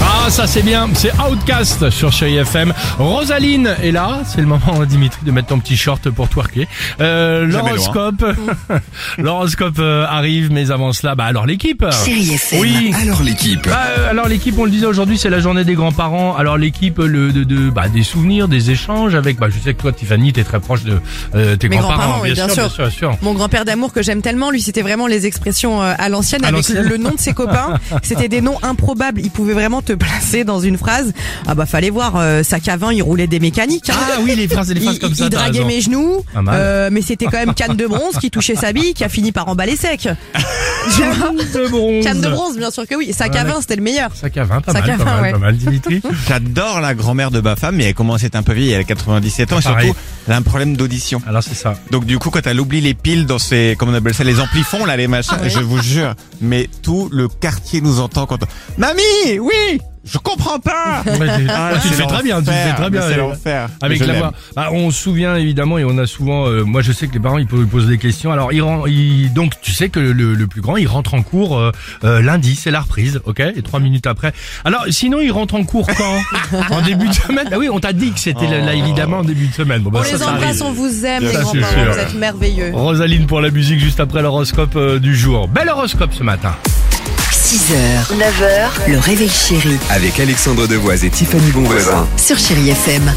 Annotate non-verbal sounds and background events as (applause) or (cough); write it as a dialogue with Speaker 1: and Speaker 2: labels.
Speaker 1: Ah, ça c'est bien, c'est Outcast sur Chéri FM. Rosaline est là, c'est le moment (laughs) Dimitri de mettre ton petit short pour twerker. Euh, l'horoscope, hein. (laughs) l'horoscope euh, arrive, mais avant cela, bah alors l'équipe.
Speaker 2: Chérie FM.
Speaker 1: Oui.
Speaker 3: Alors l'équipe.
Speaker 1: Bah, euh, alors l'équipe, on le disait aujourd'hui, c'est la journée des grands-parents. Alors l'équipe, le de, de bah, des souvenirs, des échanges avec. Bah, je sais que toi, Tiffany, t'es très proche de euh, tes
Speaker 4: Mes
Speaker 1: grands-parents,
Speaker 4: grands-parents, oui, bien sûr.
Speaker 1: bien sûr, bien sûr.
Speaker 4: Mon grand-père d'amour que j'aime tellement, lui c'était vraiment les expressions euh, à l'ancienne
Speaker 1: À
Speaker 4: avec
Speaker 1: l'ancienne.
Speaker 4: le nom de ses
Speaker 1: (laughs)
Speaker 4: copains. C'était des noms improbables. Il pouvait vraiment te placer dans une phrase. Ah bah fallait voir, euh, sac à vin, il roulait des mécaniques. hein.
Speaker 1: Ah oui, les phrases, les
Speaker 4: Il,
Speaker 1: phrases comme
Speaker 4: il-
Speaker 1: ça.
Speaker 4: il
Speaker 1: t'as
Speaker 4: draguait
Speaker 1: raison.
Speaker 4: mes genoux,
Speaker 1: Pas mal.
Speaker 4: euh, mais c'était quand même canne de bronze qui touchait sa bille, qui a fini par emballer sec. (laughs) Tu vois
Speaker 1: De bronze.
Speaker 4: canne de bronze, bien sûr que oui. Sac à
Speaker 1: Ouais.
Speaker 4: vin, c'était le meilleur.
Speaker 1: Sac à vin, pas
Speaker 4: Sac
Speaker 1: mal,
Speaker 4: à
Speaker 1: pas
Speaker 4: vin,
Speaker 1: mal,
Speaker 4: ouais.
Speaker 1: pas mal, Dimitri.
Speaker 5: J'adore la grand-mère de ma femme, mais elle commence à être un peu vieille, elle a 97 ans, et
Speaker 1: Pareil.
Speaker 5: surtout, elle a un problème d'audition.
Speaker 1: Alors Ah, c'est ça.
Speaker 5: Donc du coup, quand elle oublie les piles dans ses, comment on appelle ça, les amplifons, là, les machins,
Speaker 4: Ah ouais.
Speaker 5: je vous jure, mais tout le quartier nous entend quand on... Mamie, oui, je comprends pas
Speaker 1: (laughs) Ouais, t'es-
Speaker 5: Ah,
Speaker 1: tu le
Speaker 5: c'est
Speaker 1: fais très bien, tu le fais
Speaker 5: l'enfer,
Speaker 1: très
Speaker 5: mais
Speaker 1: bien.
Speaker 5: C'est
Speaker 1: euh,
Speaker 5: l'enfer.
Speaker 1: Avec
Speaker 5: Je
Speaker 1: la
Speaker 5: l'aime.
Speaker 1: voix. Bah, on se souvient évidemment et on a souvent. euh, moi, je sais que les parents ils po- ils posent des questions. Alors, ils, ren- ils- donc tu sais que le, le plus grand il rentre en cours euh, euh, lundi, c'est la reprise, ok Et trois minutes après. Alors, sinon, il rentre en cours
Speaker 4: (laughs)
Speaker 1: quand En début de semaine. Bah oui, on t'a dit que c'était là,
Speaker 5: Oh.
Speaker 1: là, évidemment en début de semaine. Bon, bah,
Speaker 4: On
Speaker 1: ça,
Speaker 4: les
Speaker 1: ça
Speaker 4: embrasse,
Speaker 1: arrive.
Speaker 4: on vous aime,
Speaker 1: Ça,
Speaker 4: les
Speaker 1: c'est
Speaker 4: grands-parents,
Speaker 1: sûr.
Speaker 4: vous êtes merveilleux.
Speaker 1: Rosaline pour la musique juste après l'horoscope euh, du jour. Bel horoscope ce matin.
Speaker 2: 6h, 9h, le réveil chéri
Speaker 3: bah. Avec Alexandre Devoise et Tiffany Bonvoisin.
Speaker 2: sur Chérie FM.